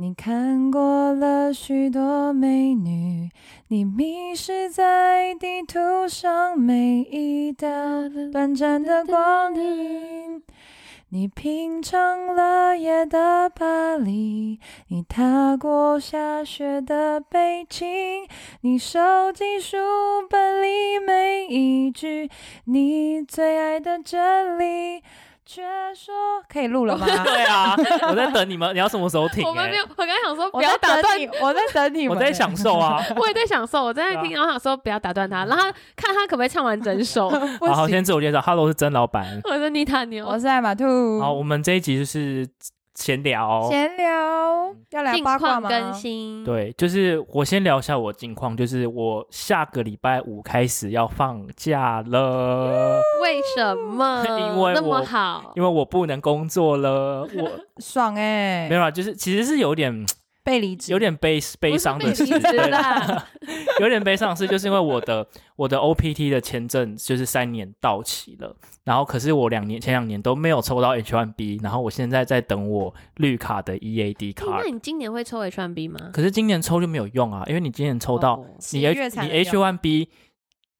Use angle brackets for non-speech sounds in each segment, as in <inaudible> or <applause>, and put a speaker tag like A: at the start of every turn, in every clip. A: 你看过了许多美女，你迷失在地图上每一道短暂的光影。你品尝了夜的巴黎，你踏过下雪的北京，你收集书本里每一句你最爱的真理，却说可以录了吗？
B: <laughs> 对啊，我在等你们，你要什么时候停、欸？
C: 我们没有，我刚才想说
A: <laughs>
C: 不
A: 我
C: 要
A: 在
C: 打断
A: 等你，我在等你
B: 我
A: 们，欸
B: 在享受啊。
C: 我也在享受，我在那听，然后想说不要打断他，然后
B: 嗯
C: 看他可不可以唱完整
A: <laughs>
C: 首。
A: 不
B: 好，好
A: 行，
B: 先自我介绍，Hello 是曾老板。
C: 我是妮塔牛，
A: 我是艾玛兔。
B: 好，我们这一集就是闲聊。
A: 闲聊要聊
C: 近
A: 八卦
C: 况
A: 吗？
C: 更新。
B: 对，就是我先聊一下我近况，就是我下个礼拜五开始要放假了，
C: 为什么
B: 因为
C: 那么
B: 我
C: 好？
B: 因为我不能工作了。我
A: 爽哎、
B: 没有啊，就是其实是有点
A: 被离职
B: 有点悲悲伤的
C: 不
B: 事，
C: 是被离职
B: 对
C: 啦
B: 有点悲伤的事，就是因为我的我的 OPT 的签证就是三年到期了，然后可是我两年前两年都没有抽到 H1B，然后我现在在等我绿卡的 EAD
C: 诶
B: 卡
C: 那，你今年会抽 H 1 B 吗？
B: 可是今年抽就没有用啊，因为你今年抽到
C: 哦
B: 你
A: 11月
B: H
A: 才
B: 你
A: 能用
B: H1B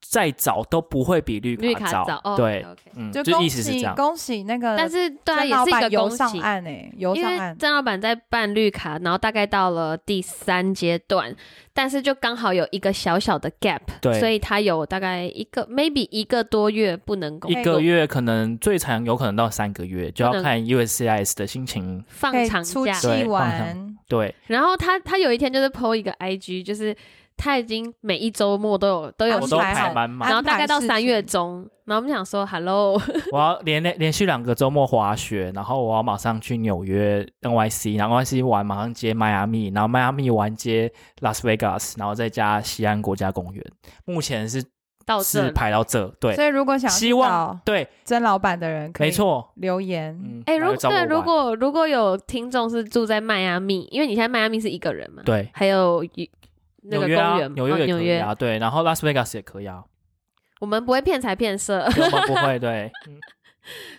B: 再早都不会比
C: 绿
B: 绿
C: 卡
B: 早，
C: 早哦，
B: 对，
C: OK，OK
B: 嗯，
A: 就
B: 就
A: 恭
B: 意思是这
A: 喜
B: 样。
A: 恭喜那个，
C: 但是对啊，也
A: 老
C: 是一个
A: 板游
C: 恭
A: 上
C: 喜。
A: 岸哎、游
C: 因
A: 上
C: 为
A: 岸，
C: 张老板在办绿卡，然后大概到了第三阶段，但是就刚好有一个小小的 gap，
B: 对
C: 所以他有大概一个 maybe 一个多月不能工
B: 一
C: 作
B: 个月可能最长有可能到三个月，就要
C: 不能
B: 看 USCIS 的心情。
C: 放
A: 可以
C: 长
A: 出
C: 假，
A: 去
B: 对
A: 玩，
B: 对，
C: 然后他他有一天就是 PO 一个 IG，就是他已经每一周末都有都有
A: 安
B: 我
C: 去
B: 都
A: 排好
B: 排满满
C: 然后大概
A: 啊
C: 到
A: 安排事情
C: 三月中，然后我们想说 Hello， <laughs>
B: 我要连连连续两个周末滑雪，然后我要马上去纽约 NYC，然后 NYC 玩马上接迈阿密，然后迈阿密玩接 Las Vegas，然后再加西安国家公园。目前是
C: 到这
B: 是
C: 里
B: 排到这，对，
A: 所以如果想
B: 希望对，
A: 真老板的人，
B: 没，错，
A: 留言。
B: 嗯，
C: 哎、如
B: 来找我
C: 对，
B: 玩
C: 如果如果有听众是住在迈阿密，因为你现在迈阿密是一个人嘛，，
B: 对
C: 还有一那个
B: 纽约
C: 公
B: 啊
C: 园，，
B: 纽
C: 哦
B: 约也
C: 纽
B: 可以
C: 约，
B: 啊，对，然后 Las Vegas 也可以啊，
C: 我们不会骗财骗色，
B: 对我们不
C: <laughs>
B: 会对，嗯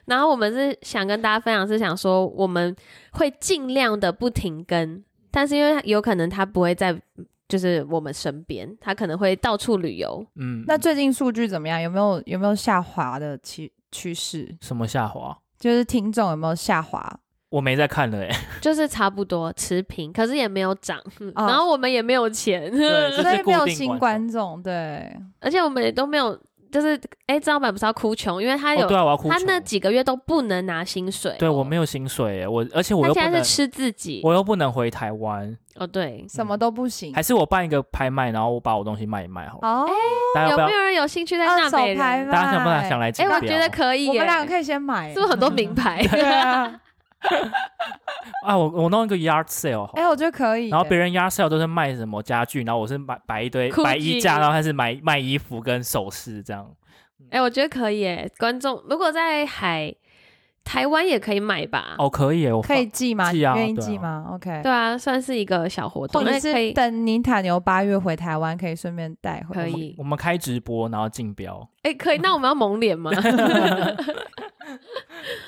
C: 然后我们是想跟大家分享，是想说我们会尽量的不停更，但是因为有可能他不会在就是我们身边，他可能会到处旅
B: <laughs>
C: 游，
B: 嗯，
A: 那最近数据怎么样？有没有有没有下滑的趋趋势？
B: 什么下滑？
A: 就是听众有没有下滑？
B: 我没在看了哎、欸，
C: 就是差不多持平，可是也没有
B: <laughs>
C: 涨，
A: 哦
C: 然后我们也没有钱，
B: 对这
A: 所以
B: 是
A: 没有
B: 固定
A: 新
B: 观
A: 观众，对，
C: <laughs> 而且我们也都没有，就是哎，张老板不是要哭穷，因为他有、
B: 哦，对啊，我要哭
C: 他
B: 穷
C: 那几个月都不能拿薪水哦、
B: 对我没有薪水哎、我而且我
C: 他
B: 又不
C: 现在
B: 能
C: 是，吃自己。
B: 我又不能回台湾，
C: 哦，对，
A: 什么都不行
B: 嗯还。是我办一个拍卖，然后我把我东西卖一卖好了。
C: 哎
A: 哦，
B: 大家要
C: 有
B: 不要
C: 没？有人有兴趣在
A: 二
C: 那
A: 手
C: 美
A: 拍
C: 人？
A: 啊卖，
B: 大家想不想想来竞
C: 哎，
B: 标？
C: 我觉得可以耶，
A: 我们两个可以先买，
B: <laughs>
C: 是不是很多名 <laughs> 牌？
A: 对啊，
B: 啊，我我弄一个 yard sale 好了。
A: 哎，我觉得可以。
B: 然后别人 yard sale 都是卖什么家具，然后我是买摆一
C: <laughs>
B: 堆
C: Gucci
B: 摆衣架，然后他是买卖衣服跟首饰这样。
C: 哎、我觉得可以耶。观众如果在海台湾也可以买吧。
B: 哦，可以耶，我
A: 可以寄吗？
B: 寄啊
A: 愿意
B: 对啊
A: 寄吗？OK，
C: 对啊，算是一个小活动，
A: 或者
C: 那可
A: 是
C: 以
A: 等尼塔牛八月回台湾，可以顺便带回。
C: 可
B: 我们
C: 以
B: 我们开直播，然后竞标。
C: 哎、可以。那我们要蒙脸吗？
B: <laughs>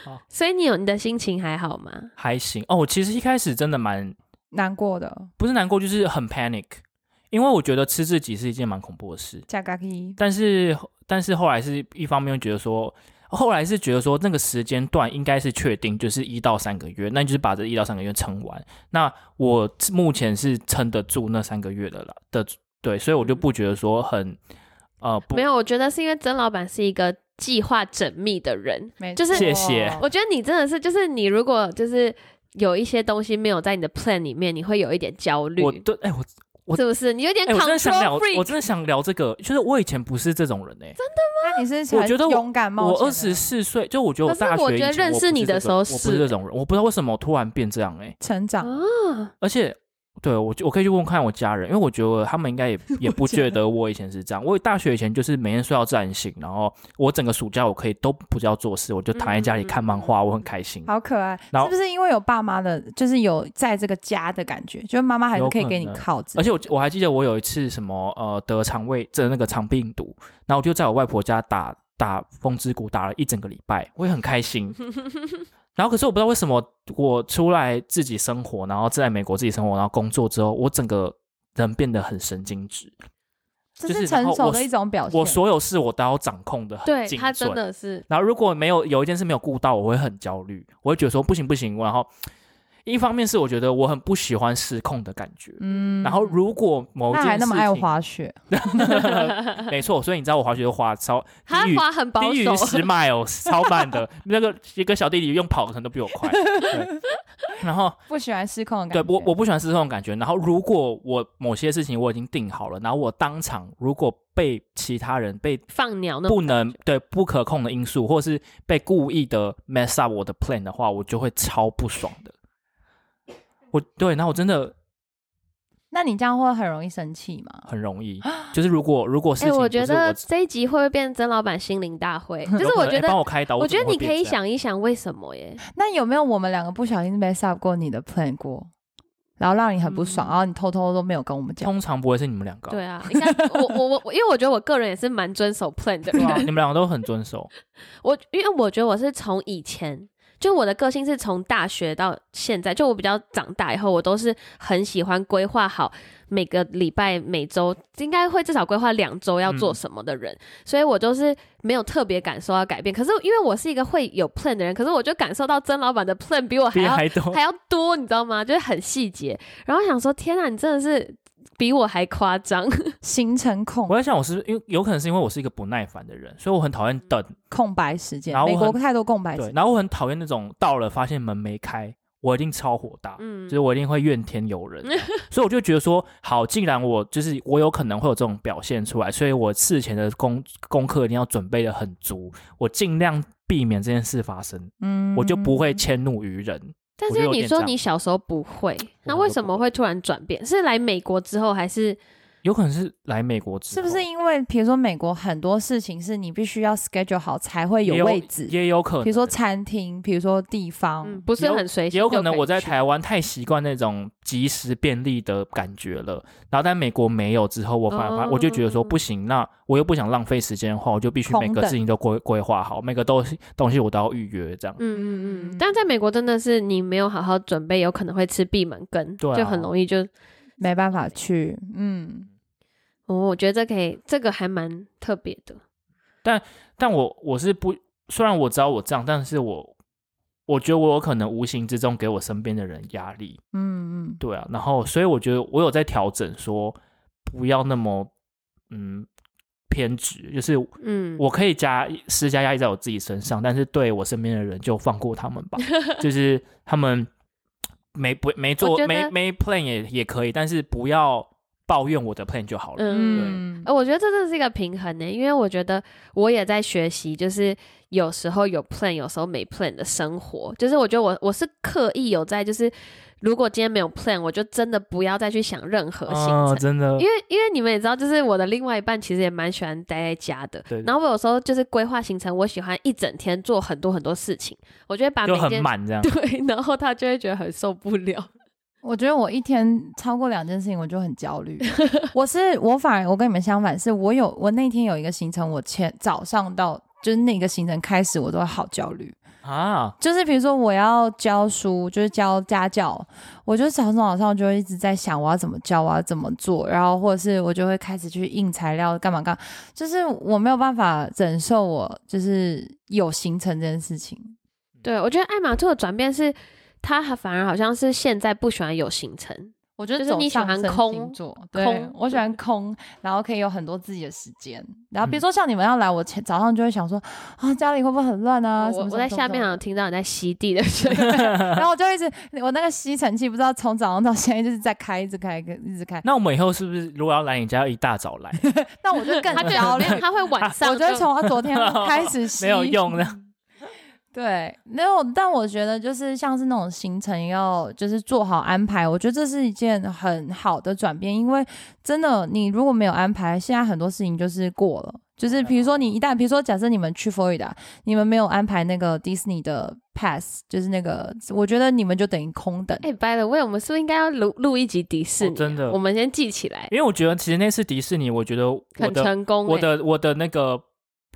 B: 好
C: 所以你有你的心情还好吗？
B: 还行哦，我其实一开始真的蛮
A: 难过的，
B: 不是难过，就是很 panic，因为我觉得吃自己是一件蛮恐怖的事。
A: 加嘎基。
B: 但是但是后来是一方面觉得说，后来是觉得说那个时间段应该是确定，就是一到三个月，那你就是把这一到三个月撑完。那我
C: 嗯
B: 目前是撑得住那三个月的了的，对，所以我就不觉得说很呃不
C: 没有，我觉得是因为曾老板是一个计划缜密的人。
A: 没
C: 就是
B: 谢谢
A: 错
C: 我觉得你真的是，就是你如果就是有一些东西没有在你的 plan 里面，你会有一点焦虑，
B: 我对哎、我我
C: 是不是？你有点
B: 哎、我真的想
C: control
B: 聊，我
C: freak，
B: 真的想聊这个，就是我以前不是这种人哎、
A: 那你是
B: 我觉得
A: 很
B: 我
A: 勇敢冒
B: 我
A: 险的
B: 二十四岁，就我觉得
C: 可
B: 我
C: 是
B: 大
C: 我
B: 学以
C: 觉得
B: 前
C: 认
B: 我
C: 识
B: 不
C: 你
B: 这
C: 的
B: 个
C: 时候
B: 我不
C: 是
B: 是这种人，我不知道为什么我突然变这样哎、
A: 成长，
C: 啊，
B: 而且，对我就我可以去问问看我家人，因为我觉得他们应该也也不觉得我以前是这样。我大学以前就是每天睡到自然醒，然后我整个暑假我可以都不要做事，我就躺在家里看漫画，我很开心。
A: 好可爱。
B: 然后
A: 是不是因为有爸妈的，就是有在这个家的感觉，就是妈妈还是可以
B: 有可能
A: 给你靠着
B: 而。且我我还记得我有一次什么呃得肠胃这那个肠病毒，然后我就在我外婆家打打风之谷打了一整个礼拜，我也很开心。然后可是我不知道为什么我出来自己生活，然后在美国自己生活，然后工作之后，我整个人变得很神经质。
A: 这
B: 就是是
A: 成
B: 然
A: 熟
B: 后
A: 的一种表现。
B: 我所有事我都要掌控的很
C: 对
B: 精
C: 他真
B: 准。
C: 的是
B: 然后如果没有有一件事没有顾到，我会很焦虑，我会觉得说不行不行。然后一方面是我觉得我很不喜欢失控的感觉，
A: 嗯
B: 然后如果某一
A: 他
B: 件
A: 还
B: 事
A: 那
B: 情，
A: 么爱滑雪，
B: 没错，所以你知道我滑雪就滑超
C: 他
B: 低于
C: 滑很保
B: 低于
C: 守，
B: 十 miles 超慢
C: <laughs>
B: 的，那个一个小弟弟用跑可能都比我快。对然后
A: 不喜欢失控的感
B: 对
A: 觉。
B: 我我不喜欢是这种感觉。然后如果我某些事情我已经定好了，然后我当场如果被其他人被
C: 放鸟那种
B: 不能对不可控的因素，或是被故意的 mess up 我的 plan 的话，我就会超不爽的。我对，然后我真的
A: 那你这样会很容易生气吗？
B: 很容
C: <gasps>
B: 易，就是如果如果事情
C: 哎、
B: 不是
C: 我
B: 我
C: 觉得这一集会不会变曾老板心灵大
B: <laughs>
C: 会？
B: 有
C: 就是
B: 可
C: 我
B: 能
C: 觉
B: 哎
C: 得，
B: 帮我开导，
C: 我
B: 怎
C: 觉得
B: 么会
C: 你可
B: 变
C: 以
B: 这样
C: 想一想为什么耶？
A: 那有没有我们两个不小心 mess up 过你的 plan 过，然后让你很不爽，
C: 嗯
A: 然后你偷偷都没有跟我们讲？
B: 通常不会是你们两个啊，
C: 对啊，应该我我我我，因为我觉得我个人也是蛮遵守 plan 的 <laughs>
B: 对啊，
C: 人。
B: 你们两个都很遵守。
C: 我因为我觉得我是从以前，就我的个性是从大学到现在，就我比较长大以后，我都是很喜欢规划好每个礼拜、每周，应该会至少规划两周要
B: 嗯
C: 做什么的人，所以我就是没有特别感受到改变。可是因为我是一个会有 plan 的人，可是我就感受到曾老板的 plan 比我还
B: 比
C: 要
B: 还多
C: 还，要多，你知道吗？就是很细节。然后想说，天啊，你真的是比我还夸
B: <laughs>
C: 张。
A: 行程控
B: 我在想，我是不是因为有可能是因为我是一个不耐烦的人，所以我很讨
C: 嗯
B: 厌等。
A: 空白时间
B: 然，后我
A: 美国
B: 很
A: 太多空白时
B: 对
A: 间，，
B: 然后我很讨厌那种到了发现门没开，我一定超火大，
C: 嗯
B: 就是我一定会怨天尤人。所以我就觉得说，好，既然我就是我有可能会有这种表现出来，所以我事前的功功课一定要准备的很足，我尽量避免这件事发生，
A: 嗯
B: 我就不会迁怒于人。
C: 但
B: 我觉得
C: 是
B: 有
C: 你
B: 点
C: 说
B: 这样
C: 你小时候不会，那
B: 我
C: 为
B: 小时候
C: 什么会突然转变？是来美国之后，还是
B: 有可能是来美国之
A: 是
B: 后，
A: 不是因为比如说美国很多事情是你必须要 schedule 好才会
B: 也
A: 有位置，
B: 也有可能，
A: 比如说餐厅，比如说地方，
C: 嗯，不是很随
B: 哦
C: 性？
B: 也有可能我在，台湾太习惯那种及时便利的感觉了，然后在美国没有之后，我反而
C: 哦
B: 我就觉得说不行，那我又不想浪费时间的话，我就必须
A: 同
B: 每个
A: 等
B: 事情都规规划好，每个东西东西我都要预约这样。
C: 嗯嗯
A: 嗯
C: 嗯。但在美国真的是你没有好好准备，有可能会吃闭门羹，
B: 对啊
C: 就很容易就。
A: 没办法去，嗯，
C: 哦，我觉得这可以，这个还蛮特别的。
B: 但我我是不，虽然我知道我这样，但是我我觉得我有可能无形之中给我身边的人压力，
A: 嗯嗯，
B: 对啊，然后所以我觉得我有在调整说不要那么嗯偏执，就是
C: 嗯，
B: 我可以加施加压力在我自己身上，但是对我身边的人就放过他们
C: <laughs>
B: 吧，就是他们没不没
C: 我
B: 做
C: 觉得
B: 没没 plan 也也可以，但是不要抱怨我的 plan 就好了。
A: 嗯，
C: <laughs> 呃，我觉得这真的是一个平衡呢，因为我觉得我也在学习，就是有时候有 plan，有时候没 plan 的生活。就是我觉得我我是刻意有在，就是如果今天没有 plan，我就真的不要再去想任何行程。
B: 啊，真的
C: 因，为因为你们也知道，就是我的另外一半其实也蛮喜欢待在家的。
B: 对对
C: 然后我有时候就是规划行程，我喜欢一整天做很多很多事情，我就会把
B: 就
C: 每
B: 很
C: <laughs> 件
B: 满这啊样。
C: 对，然后他就会觉得很受不了。
A: 我觉得我一天超过两件事情我就很焦虑。
B: 嗯
A: 我是我反而我跟你们相反，是我有我那天有一个行程，我前早上到就是那个行程开始，我都会好焦虑。
B: 啊，
A: 就是比如说我要教书，就是教家教，我就早上早上就会一直在想我要怎么教，我要怎么做，然后或者是我就会开始去印材料干嘛干嘛，就是我没有办法忍受我就是有行程这件事情。
C: <laughs> 对，我觉得艾玛兔的转变是，她反而好像是现在不喜欢有行程，
A: 我觉得
C: 就是你喜
A: 走上
C: 欢
A: 升
C: 空
A: 星座，对
C: 空
A: 我喜欢空，然后可以有很多自己的时间。然后
B: 嗯
A: 比如说像你们要来，我前早上就会想说啊，家里会不会很乱啊？什
C: 我
A: 么
C: 我
A: 什么
C: 在
A: 什么
C: 下面
A: 什么
C: 好像听到你在吸地的声音。
A: 然后我就一直我那个吸尘器不知道从早上到现在就是在开，一直开，一直开。
B: 那我们以后是不是如果要来你家，要一大早
C: <laughs>
B: 来
A: 那 <laughs> 我就更
C: 他觉
A: 焦虑，
C: 得他会晚上，
A: <laughs> 我就会从啊昨
B: <laughs>
A: 天开始吸。
B: 没有用呢？
A: 对，没有，但我觉得就是像是那种行程要就是做好安排，我觉得这是一件很好的转变，因为真的你如果没有安排，现在很多事情就是过了，就是比如说
C: 嗯
A: 你一旦比如说假设你们去佛罗里达，你们没有安排那个 Disney 的 pass，就是那个，我觉得你们就等于空等。
C: 哎、b y the way，我们是不是应该要录录一集迪士尼啊、
B: 哦真的
C: 我们先记起来，
B: 因为我觉得其实那次迪士尼，我觉得我
C: 很
B: 的
C: 成功、欸。
B: 我的我的那个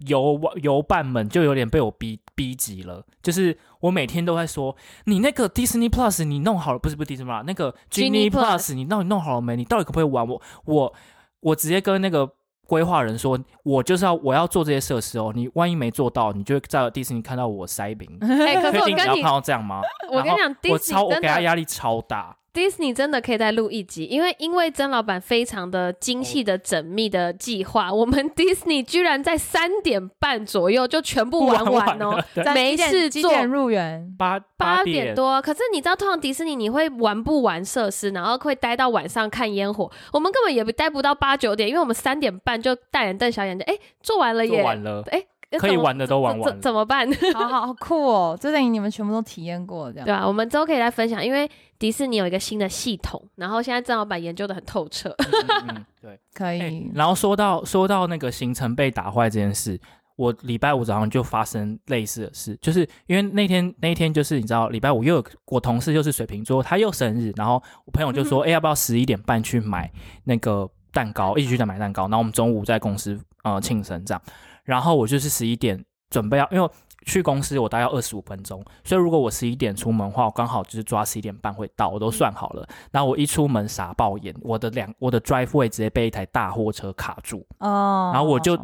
B: 游游伴们就有点被我逼逼急了，就是我每天都在说，你那个 Disney Plus 你弄好了，不是不是 Disney Plus，那个
C: Genie
B: Genie
C: Plus
B: Plus 你到底弄好了没？你到底可不可以玩？我我我直接跟那个规划人说，我就是要我要做这些设施哦，你万一没做到，你就会在迪士尼看到我塞
C: <laughs>
B: 饼。
C: 哎、可是
B: 确
C: 我
B: 定
C: 跟
B: 你要
C: 你
B: 看，到这样吗？
C: 我跟你讲
B: 我超
C: ，Disney
B: 我
C: 真
B: 给他
C: 的
B: 压力超大，
C: ，Disney 真的可以再录一集，因为因为曾老板非常的精细的、缜密的计划，
B: 哦
C: 我们 Disney 居然在三点半左右就全部
B: <laughs>
C: 玩
B: 完
C: 完哦、
B: 了对
A: 咱
C: 没
A: 几点
C: 事
A: 几
C: 做
A: 点入
C: <laughs>
A: 园？
B: 八
C: 八
B: 点
C: 点。多，可是你知道，通常迪士尼你会玩不完设施，然后会待到晚上看烟火。我们根本也不待不到八九点，因为我们三点半就大眼瞪小眼的，哎、做完了
B: 做
C: 耶，
B: 完了，
C: 哎、呃
B: 可以
C: 怎么
B: 玩的都玩嗯
C: 怎
B: 完
C: 怎
B: 了。
C: 怎么办？
A: 好好好酷哦！这等于你们全部都体验过这样
C: <laughs> 对。啊，我们之后可以来分享，因为迪士尼有一个新的系统，然后现在郑老板研究的很透彻。
B: 嗯嗯嗯
C: <laughs>
B: 对。
A: 可以、
B: 哎然后说到说到那个行程被打坏这件事，我礼拜五早上就发生类似的事，就是因为那天那天就是你知道，礼拜五又有我同事又是水瓶座，他又生日，然后我朋友就说，哎、要不要十一点半去买那个蛋糕，一起去买蛋糕？然后我们中午在公司呃庆生这样，然后我就是十一点准备要，因为。去公司我大概要二十五分钟，所以如果我十一点出门的话，我刚好就是抓十一点半会到，我都算好了。然后我一出门傻爆眼，我的两我的 driveway 直接被一台大货车卡住，
A: 哦，
B: 然后我就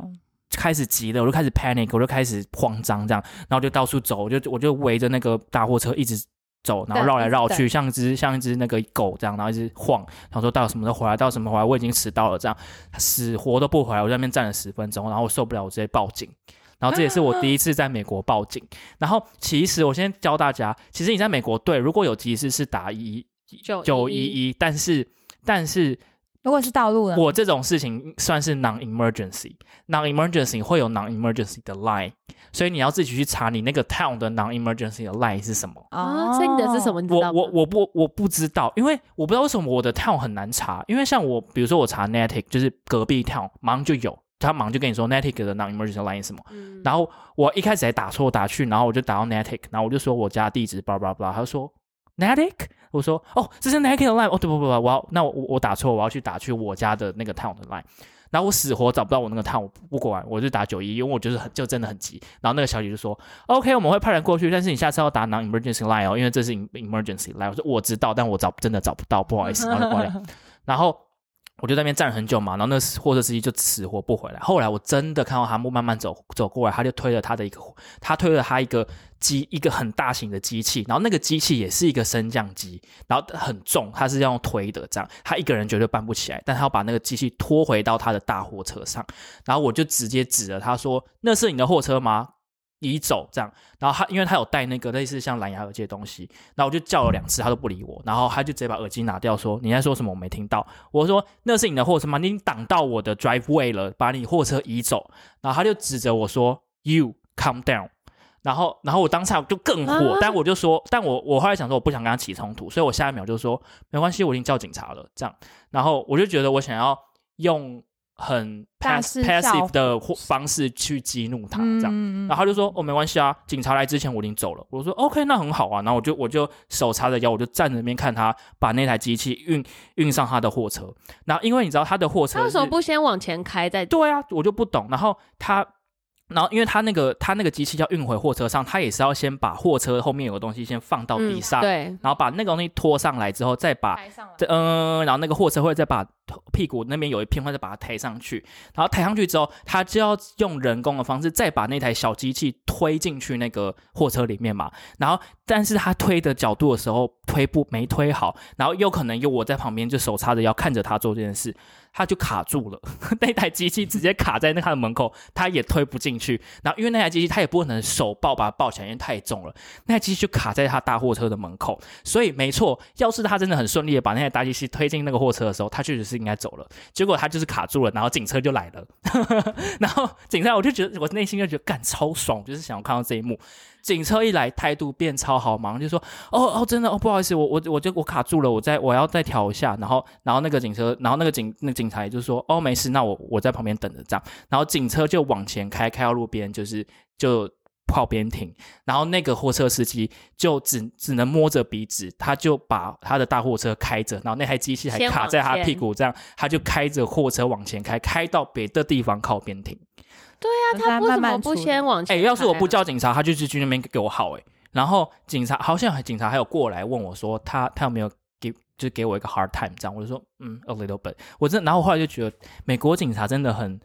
B: 开始急了，我就开始 panic，我就开始慌张这样，然后就到处走，我就我就围着那个大货车一直走，然后
A: 对
B: 绕来绕
A: 一直
B: 去，像只像一只那个狗这样，然后一直晃，想说到什么时候回来，到什么时候回来，我已经迟到了这样，死活都不回来，我在那边站了十分钟，然后我受不了，我直接报警。然后这也是我第一次在美国报警。然后其实我先教大家，其实你在美国对，如果有急事是打一
C: 911
B: 九一一，但是但是
A: 如果是道路呢？
B: 我这种事情算是 non emergency。non emergency 会有 non emergency 的 line，所以你要自己去查你那个 town 的 non emergency 的 line 是什
A: 哦
B: 么。
C: 啊，所以你的是什？么？你知道
B: 我
C: 吗？
B: 我我不我不知道，因为我不知道为什么我的 town 很难查，因为像我比如说我查 Natic 就是隔壁 town，马上就有，他马上就跟你说 Natic 的 non emergency line 是什么。
C: 嗯
B: 然后我一开始还打错打去，然后我就打到 Natic，然后我就说我家地址叭叭叭，他就说 Natic，我说哦这是 Natic 的 line，哦对不不不，我要那我我打错，我要去打去我家的那个 town 的 line，然后我死活找不到我那个 town，我不管，我就打九一，因为我就是很就真的很急，然后那个小姐就说 OK 我们会派人过去，但是你下次要打 non emergency line 哦，因为这是 emergency line，我说我知道，但我找真的找不到，不好意思，然后就挂掉，然后。我就在那边站了很久嘛，然后那个货车司机就死活不回来。后来我真的看到他慢慢走走过来，他就推了他的一个，他推了他一个机，一个很大型的机器，然后那个机器也是一个升降机，然后很重，他是要用推的，这样他一个人绝对搬不起来，但他要把那个机器拖回到他的大货车上，然后我就直接指着他说：“那是你的货车吗？”移走这样，然后他因为他有带那个类似像蓝牙耳机的东西，然后我就叫了两次，他都不理我，然后他就直接把耳机拿掉，说：“你在说什么？我没听到。”我说那是你的货车吗？你已经挡到我的 driveway 了，把你货车移走。然后他就指着我说，You calm down。然后，然后我当下就更火，
C: 啊
B: 但我就说，但我我后来想说，我不想跟他起冲突，所以我下一秒就说没关系，我已经叫警察了。这样，然后我就觉得我想要用很
A: 大
B: pass
A: 事效
B: passive 的或方式去激怒他，这样。
A: 嗯
B: 然后他就说：“哦，没关系啊，警察来之前我已经走了。”我说：“OK，那很好啊。”然后我就我就手叉着腰，我就站着那边看他把那台机器运运上他的货车。然后因为你知道他的货车
C: 他为什么
B: 是
C: 不先往前开再？
B: 对啊，我就不懂。然后他，然后因为他那个他那个机器要运回货车上，他也是要先把货车后面有个东西先放到地上，
C: 嗯对，
B: 然后把那个东西拖上来之后，再
C: 啊
B: 把
A: 上来
B: 这嗯，然后那个货车会再把屁股那边有一片会再把它抬上去，然后抬上去之后，他就要用人工的方式再把那台小机器推进去那个货车里面嘛。然后，但是他推的角度的时候推不没推好，然后又可能有我在旁边就手叉着腰看着他做这件事，他就卡住了， <laughs> 那台机器直接卡在那他的门口，他也推不进去。然后因为那台机器他也不可能手抱把它抱起来，因为太重了，那台机器就卡在他大货车的门口。所以没错，要是他真的很顺利的把那台大机器推进那个货车的时候，他确实是应该走了。结果他就是卡住了，然后警车就来了。 <laughs> 然后警察我就觉得我内心就觉得干超爽，就是想要看到这一幕。警车一来，态度变超好，马上就说：“哦哦，真的哦，不好意思，我我我就我卡住了，我再我要再调一下。”然后然后那个警车，然后那个警那个警察也就说：“哦，没事，那我我在旁边等着这样。”然后警车就往前开，开到路边就是就靠边停。然后那个货车司机就只只能摸着鼻子，他就把他的大货车开着，然后那台机器还
C: 先
B: 卡
C: 往
B: 在他
C: 前
B: 屁股，这样他就开着货车往前开，开到别的地方靠边停。
A: 那
C: 啊他为什
A: 慢
C: 么
A: 慢
C: 不
A: 处理
C: 先往
B: 哎、
C: 前？啊
B: 要是我不，叫警察，他就是去那边给我耗哎、然后警察好像警察还有过来问我说他他有没有给就是给我一个 hard time 这样，我就说嗯 a little bit。我真然后我后来就觉得美国警察真的很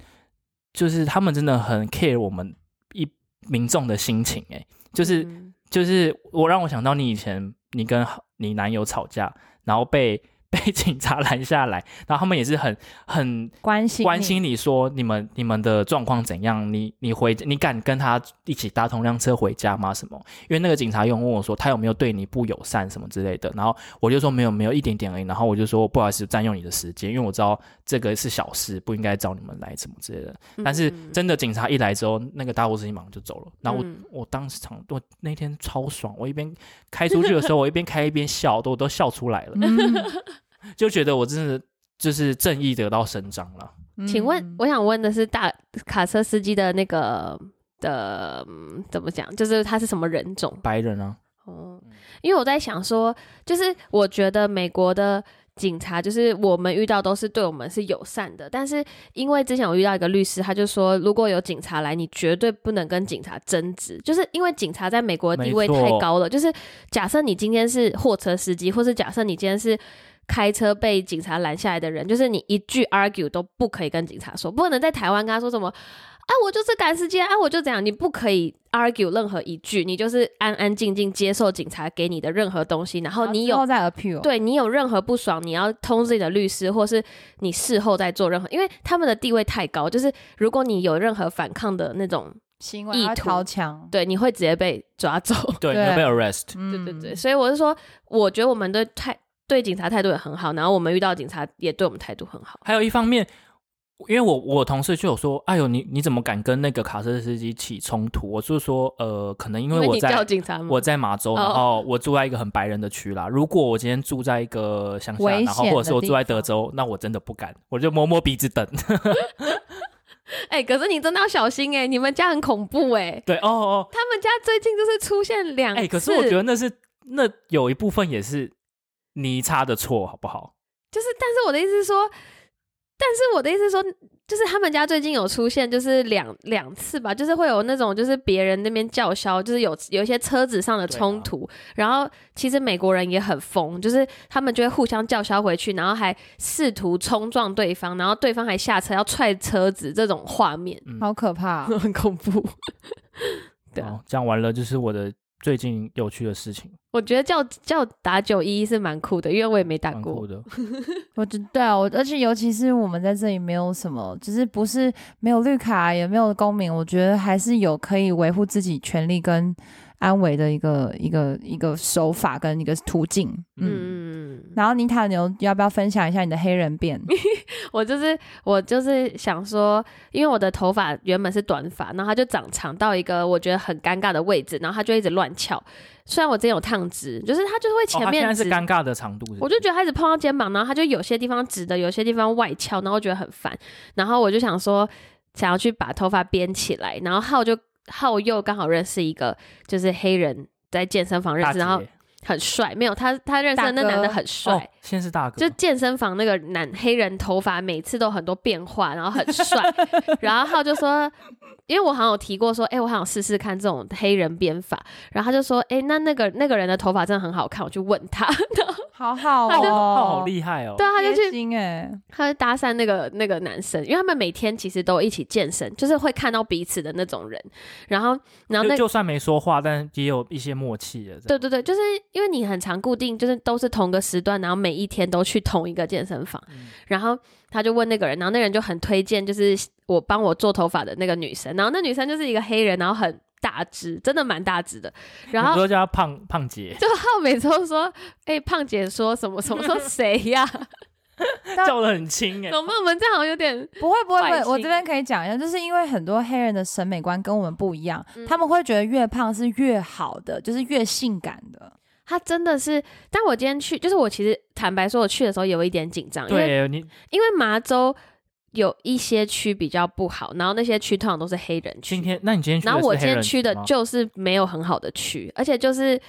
B: 就是他们真的很 care 我们一民众的心情哎、就是、
C: 嗯
B: 就是我让我想到你以前你跟你男友吵架，然后被。 <laughs> 被警察拦下来，然后他们也是很很
A: 关心
B: 关
A: 你
B: 心你说你们你们的状况怎样？你你回你敢跟他一起搭同辆车回家吗？什么？因为那个警察又问我说他有没有对你不友善什么之类的，然后我就说没有没有一点点而已，然后我就说不好意思占用你的时间，因为我知道这个是小事，不应该找你们来什么之类的。但是
C: 嗯
B: 真的警察一来之后，那个大护士马上就走了，然后我、
C: 嗯
B: 我当时场我那天超爽，我一边开出去的时候，我一边开一边笑，都我都笑出来了，
A: <laughs> 嗯
B: 就觉得我真的就是正义得到伸张了。
A: 嗯
C: 请问，我想问的是大卡车司机的那个的、嗯怎么讲？就是他是什么人种？
B: 白人啊，
C: 哦，因为我在想说，就是我觉得美国的警察，就是我们遇到都是对我们是友善的，但是因为之前我遇到一个律师，他就说，如果有警察来，你绝对不能跟警察争执，就是因为警察在美国的地位
B: 没错
C: 太高了。就是假设你今天是货车司机，或是假设你今天是。开车被警察拦下来的人，就是你一句 argue 都不可以跟警察说，不能在台湾跟他说什么啊，我就是赶时间啊，我就这样，你不可以 argue 任何一句，你就是安安静静接受警察给你的任何东西，然后你
A: 啊之
C: 有
A: 后再 appeal，
C: 对你有任何不爽，你要通知你的律师，或是你事后再做任何，因为他们的地位太高，就是如果你有任何反抗的那种，
A: 行为
C: 意
A: 要
C: 图
A: 超强，
C: 对，你会直接被抓走。
B: 对，
A: 对
B: 你有被 arrest。
A: 对
C: 对对对，所以我是说，我觉得我们对态对警察态度也很好，然后我们遇到警察也对我们态度很好。
B: 还有一方面，因为我我同事就有说，哎呦，你你怎么敢跟那个卡车司机起冲突？我就说，呃，可能因为我
C: 你叫
B: 在
C: 警察吗？
B: 我在马州，
C: 哦
B: 然后我住在一个很白人的区啦。如果我今天住在一个乡下，
A: 危险的
B: 然后或者是我住在
A: 地方
B: 德州，那我真的不敢，我就摸摸鼻子等。 <laughs>
C: 哎、可是你真的要小心哎、你们家很恐怖哎、
B: 对，哦哦，
C: 他们家最近就是出现两次，
B: 哎、可是我觉得那是那有一部分也是你差的错，好不好？
C: 就是，但是我的意思是说，但是我的意思是说，就是他们家最近有出现，就是两两次吧，就是会有那种就是别人那边叫嚣，就是有有一些车子上的冲突，
B: 啊
C: 然后其实美国人也很疯，就是他们就会互相叫嚣回去，然后还试图冲撞对方，然后对方还下车要踹车子，这种画面 <laughs>
B: 嗯，
A: 好可怕，啊
C: 很恐怖。 <laughs> 对啊
B: 好，哦讲完了就是我的最近有趣的事情，
C: 我觉得叫叫打九一一是蛮酷的，因为我也没打
B: 蛮酷
C: 过。 <laughs>
B: 的。哦啊
A: 我知对啊，我而且尤其是我们在这里没有什么，就是不是没有绿卡，啊也没有公民，我觉得还是有可以维护自己权利跟安危的一个一个一个手法跟一个途径。嗯，
C: 嗯，
A: 然后妮塔牛要不要分享一下你的黑人
C: <laughs>
A: 变？
C: 我就是我就是想说，因为我的头发原本是短发，然后它就长长到一个我觉得很尴尬的位置，然后它就一直乱翘。虽然我之前有烫直，就是它就会
B: 哦
C: 前
B: 它现
C: 面
B: 在是
C: 直，
B: 尴尬的长度是不是
C: 我就觉得它一直碰到肩膀，然后它就有些地方直的，有些地方外翘，然后我觉得很烦。然后我就想说，想要去把头发编起来，然后浩就浩又刚好认识一个就是黑人。在健身房认
B: 大
C: 识，然后
B: 姐
C: 很帅，没有他，他认识的那
A: 大哥
C: 男的很
B: 哦
C: 帅，，
B: 先是大哥，
C: 就健身房那个男黑人头发每次都很多变化，然后很帅，然后他就说，因为我好像有提过说，哎、我好想试试看这种黑人编法，然后他就说，哎、那那个那个人的头发真的很好看，我去问他，然后
A: 好好
C: 他就
B: 哦
A: 哦，
B: 好厉害哦！
C: 对啊，他就
A: 贴
C: 去
A: 心哎，
C: 他就搭讪那个那个男生，因为他们每天其实都一起健身，就是会看到彼此的那种人，然后然后
B: 就
C: 那
B: 就算没说话，但也有一些默契的。
C: 对对对，就是因为你很常固定，就是都是同个时段，然后每一天都去同一个健身房。
B: 嗯
C: 然后他就问那个人，然后那人就很推荐，就是我帮我做头发的那个女生。然后那女生就是一个黑人，然后很大只，真的蛮大只的。然
B: 你
C: 后
B: 都叫他胖胖姐，
C: 就浩每次都说：“哎、胖姐说什么什么说谁呀、
A: 就
B: <laughs> 叫的很轻哎、
C: 怎么我们这样好像有点
A: 不会不会不
C: 坏
A: 会，
C: 心
A: 我这边可以讲一下，就是因为很多黑人的审美观跟我们不一样，
C: 嗯
A: 他们会觉得越胖是越好的，就是越性感的。
C: 他真的是。”但我今天去，就是我其实坦白说，我去的时候有一点紧张，因为
B: 对你，
C: 因为麻州有一些区比较不好，然后那些区通常都是黑人区
B: 今。天那你今天去的
C: 然后我
B: 是
C: 今
B: 黑
C: 天
B: 人
C: 去的
B: 吗
C: 就是没有很好的区，而且就是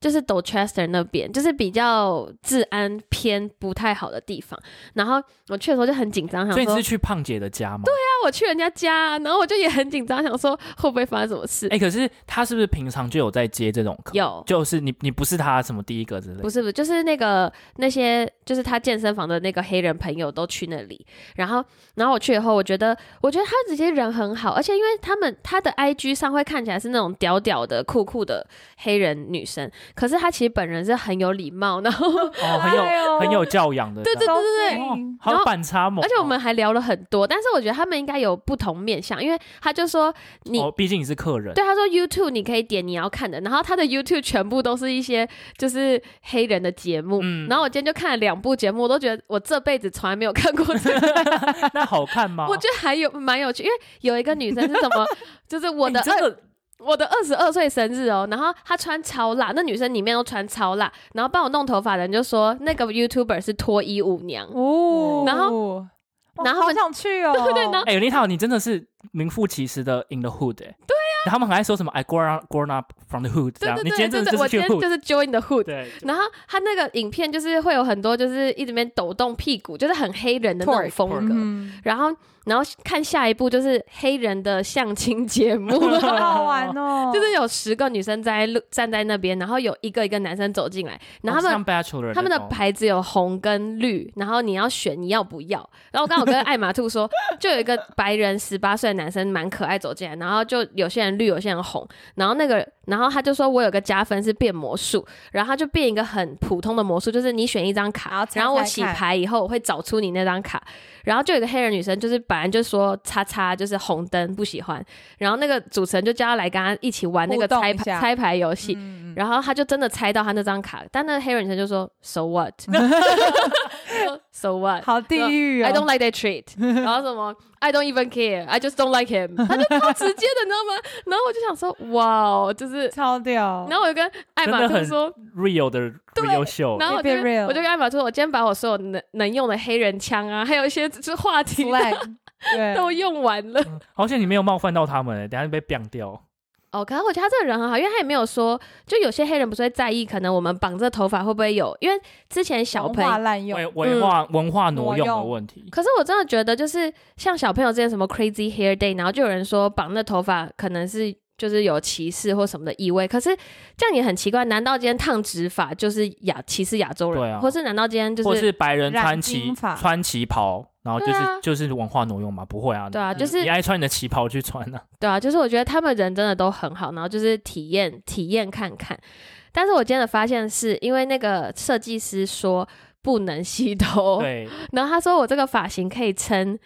C: 就是 Dorchester 那边，就是比较治安偏不太好的地方。然后我去的时候就很紧张，想
B: 所以你
C: 说哎
B: 是去胖姐的家吗？对啊，
C: 我去人家家，然后我就也很紧张，想说会不会发生什么事。
B: 哎、可是他是不是平常就有在接这种课？
C: 有
B: 就是你你不是他什么第一个之类的
C: 不。是不是，就是那个那些就是他健身房的那个黑人朋友都去那里，然后然后我去以后，我觉得我觉得他这些人很好，而且因为他们他的 IG 上会看起来是那种屌屌的酷酷的黑人女生，可是她其实本人是很有礼貌，然后
B: 哦，很有、
A: 哎呦
B: 很有教养的。
C: 对对
B: 这样
C: 对
A: 对
B: 哦，还有
C: 然后
B: 反差萌。哦
C: 而且我们还聊了很多，但是我觉得他们应该有不同面向，因为他就说你
B: 哦，毕竟你是客人，
C: 对，他说 YouTube 你可以点你要看的，然后他的 YouTube 全部都是一些就是黑人的节目，
B: 嗯
C: 然后我今天就看了两部节目，我都觉得我这辈子从来没有看过这个，
B: 那好看吗？
C: 我觉得还有蛮有趣，因为有一个女生是什
B: <laughs>
C: 么，就是我
B: 哎
C: 的
B: 你真
C: 二、
B: 的
C: 我的二十二岁生日哦，然后她穿超辣，那女生里面都穿超辣，然后帮我弄头发的人就说那个 YouTuber 是脱衣舞娘，
A: 哦，
C: 然
A: 后
C: 然后
A: 好想去哦，
C: <laughs> 对对然后
B: 哎，林涛，你真的是名副其实的 in the hood 哎、对呀、他们很爱说什么 I grown up, grown up from the hood 这
C: 对
B: 样，
C: 啊对
B: 你
C: 对，
B: 今天真的
C: 就是
B: 就是
C: 我
B: 去
C: 今天
B: hood
C: 就是 join the hood。
B: 对。
C: 然后他那个影片就是会有很多就是一直边抖动屁股，就是很黑人的那种
A: Twerk，
C: 风格。
A: 嗯
C: 然后，然后看下一步就是黑人的相亲
B: <laughs>
C: 节目，
A: 好好玩哦，
C: <laughs> 就是有十个女生在路站在那边，然后有一个一个男生走进来，然后
B: 哦
C: 他
B: 像
C: 们、
B: bachelor
C: 他们的
B: 那种
C: 牌子有红跟绿，然后你要选你要不要。然后刚好跟艾玛兔说， <laughs> 就有一个白人十八岁的男生蛮可爱走进来，然后就有些人绿，有些人红，然后那个然后他就说我有个加分是变魔术，然后他就变一个很普通的魔术，就是你选一张卡，
A: 然后猜
C: 然后我
A: 猜
C: 洗
A: 看
C: 牌以后，我会找出你那张卡。然后就有一个黑人女生，就是本来就说叉叉就是红灯不喜欢，然后那个主持人就叫她来跟她一起玩那个
A: 互动
C: 猜
A: 一
C: 牌
A: 下
C: 猜牌游戏。
A: 嗯嗯
C: 然后她就真的猜到她那张卡，但那个黑人女生就说 “So what”，说 “So <laughs> what”。
A: 好地狱
C: I don't
A: 哦，
C: like that treat，然后什么 I don't even care, I just don't like him，他就超直接的，你知道吗？ <laughs> 然后我就想说，哇哦， <laughs> 就是，
A: 超屌， <laughs>
C: 然后我就跟艾玛
B: 真的
C: 兔
B: 很
C: 说，
B: real 的 real show，
C: 然后我就
A: Keep it real
C: 我就跟艾玛说，我今天把我所有能能用的黑人腔啊，还有一些就是话 <laughs> 题
A: flag，对，
C: <laughs> 都用完了。
B: 嗯好险你没有冒犯到他们、欸，等一下就被 biang 掉。
C: 哦，可是我觉得他这个人很好，因为他也没有说，就有些黑人不是会在意，可能我们绑这头发会不会有，因为之前小
A: 文
C: 朋
A: 化
C: 友。
A: 滥用，
B: 文文化、文化挪
A: 挪
B: 用的
A: 用
B: 问题，
C: 嗯可是我真的觉得，就是像小朋友之前什么 Crazy Hair Day，然后就有人说绑那头发可能是就是有歧视或什么的意味。可是这样也很奇怪，难道今天烫直发就是亚歧视亚洲
B: 对
C: 人，
B: 啊
C: 或是难道今天就
B: 或
C: 是
B: 是白人
A: 染
B: 穿
A: 金
B: 旗
A: 发
B: 穿旗袍，然后就是、
C: 对啊
B: 就是文化挪用嘛？不会啊，
C: 对啊，
A: 嗯
C: 就是
B: 你爱穿你的旗袍去穿啊。
C: 对啊，就是我觉得他们人真的都很好，然后就是体验体验看看。但是我今天的发现是因为那个设计师说不能洗头，
B: 对，
C: 然后他说我这个发型可以撑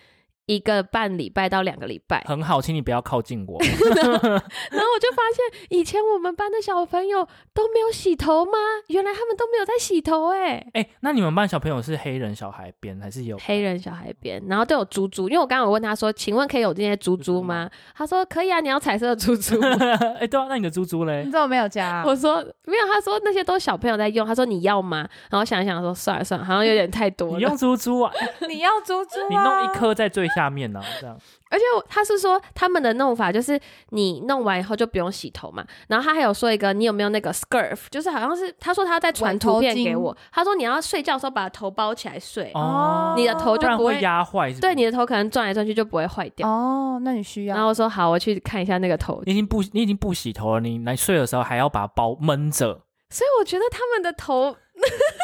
C: 一个半礼拜到两个礼拜，
B: 很好，请你不要靠近
C: <laughs>
B: 我。
C: 然后我就发现以前我们班的小朋友都没有洗头吗？原来他们都没有在洗头哎、
B: 哎、那你们班小朋友是黑人小孩编还是有？
C: 黑人小孩边，然后都有猪猪，因为我刚刚有问他说，请问可以有这些猪猪
B: 嗯
C: 吗？他说可以啊，你要彩色的猪猪吗。
B: <laughs>
C: <laughs>
B: 哎、对啊，那你的猪猪
A: 你
B: 嘞？
A: 怎么没有加啊？
C: 我说没有，他说那些都小朋友在用，他说你要吗？然后想一想说算了算了，好像有点太多
B: 你
C: 了
B: 用。猪猪
C: <laughs>
B: 啊？哎
A: 你要猪猪啊，
B: 你弄一颗在最下面呢、啊，这
C: <laughs>
B: 样。
C: 而且我他是说他们的弄法就是你弄完以后就不用洗头嘛。然后他还有说一个，你有没有那个 scarf？就是好像是他说他在传
A: 围哦头
C: 图片
A: 巾
C: 给我，他说你要睡觉的时候把头包起来睡，
B: 哦，
C: 你的头
B: 不
C: 就
B: 然
C: 不
B: 会
C: 会
B: 压坏，是不是
C: 对你的头可能转来转去就不会坏掉。
A: 哦，那你需
C: 然
A: 要
C: 后我说好，我去看一下那个头。
B: 你已经不你已经不洗头了，你来睡的时候还要把包闷着。
C: 所以我觉得他们的头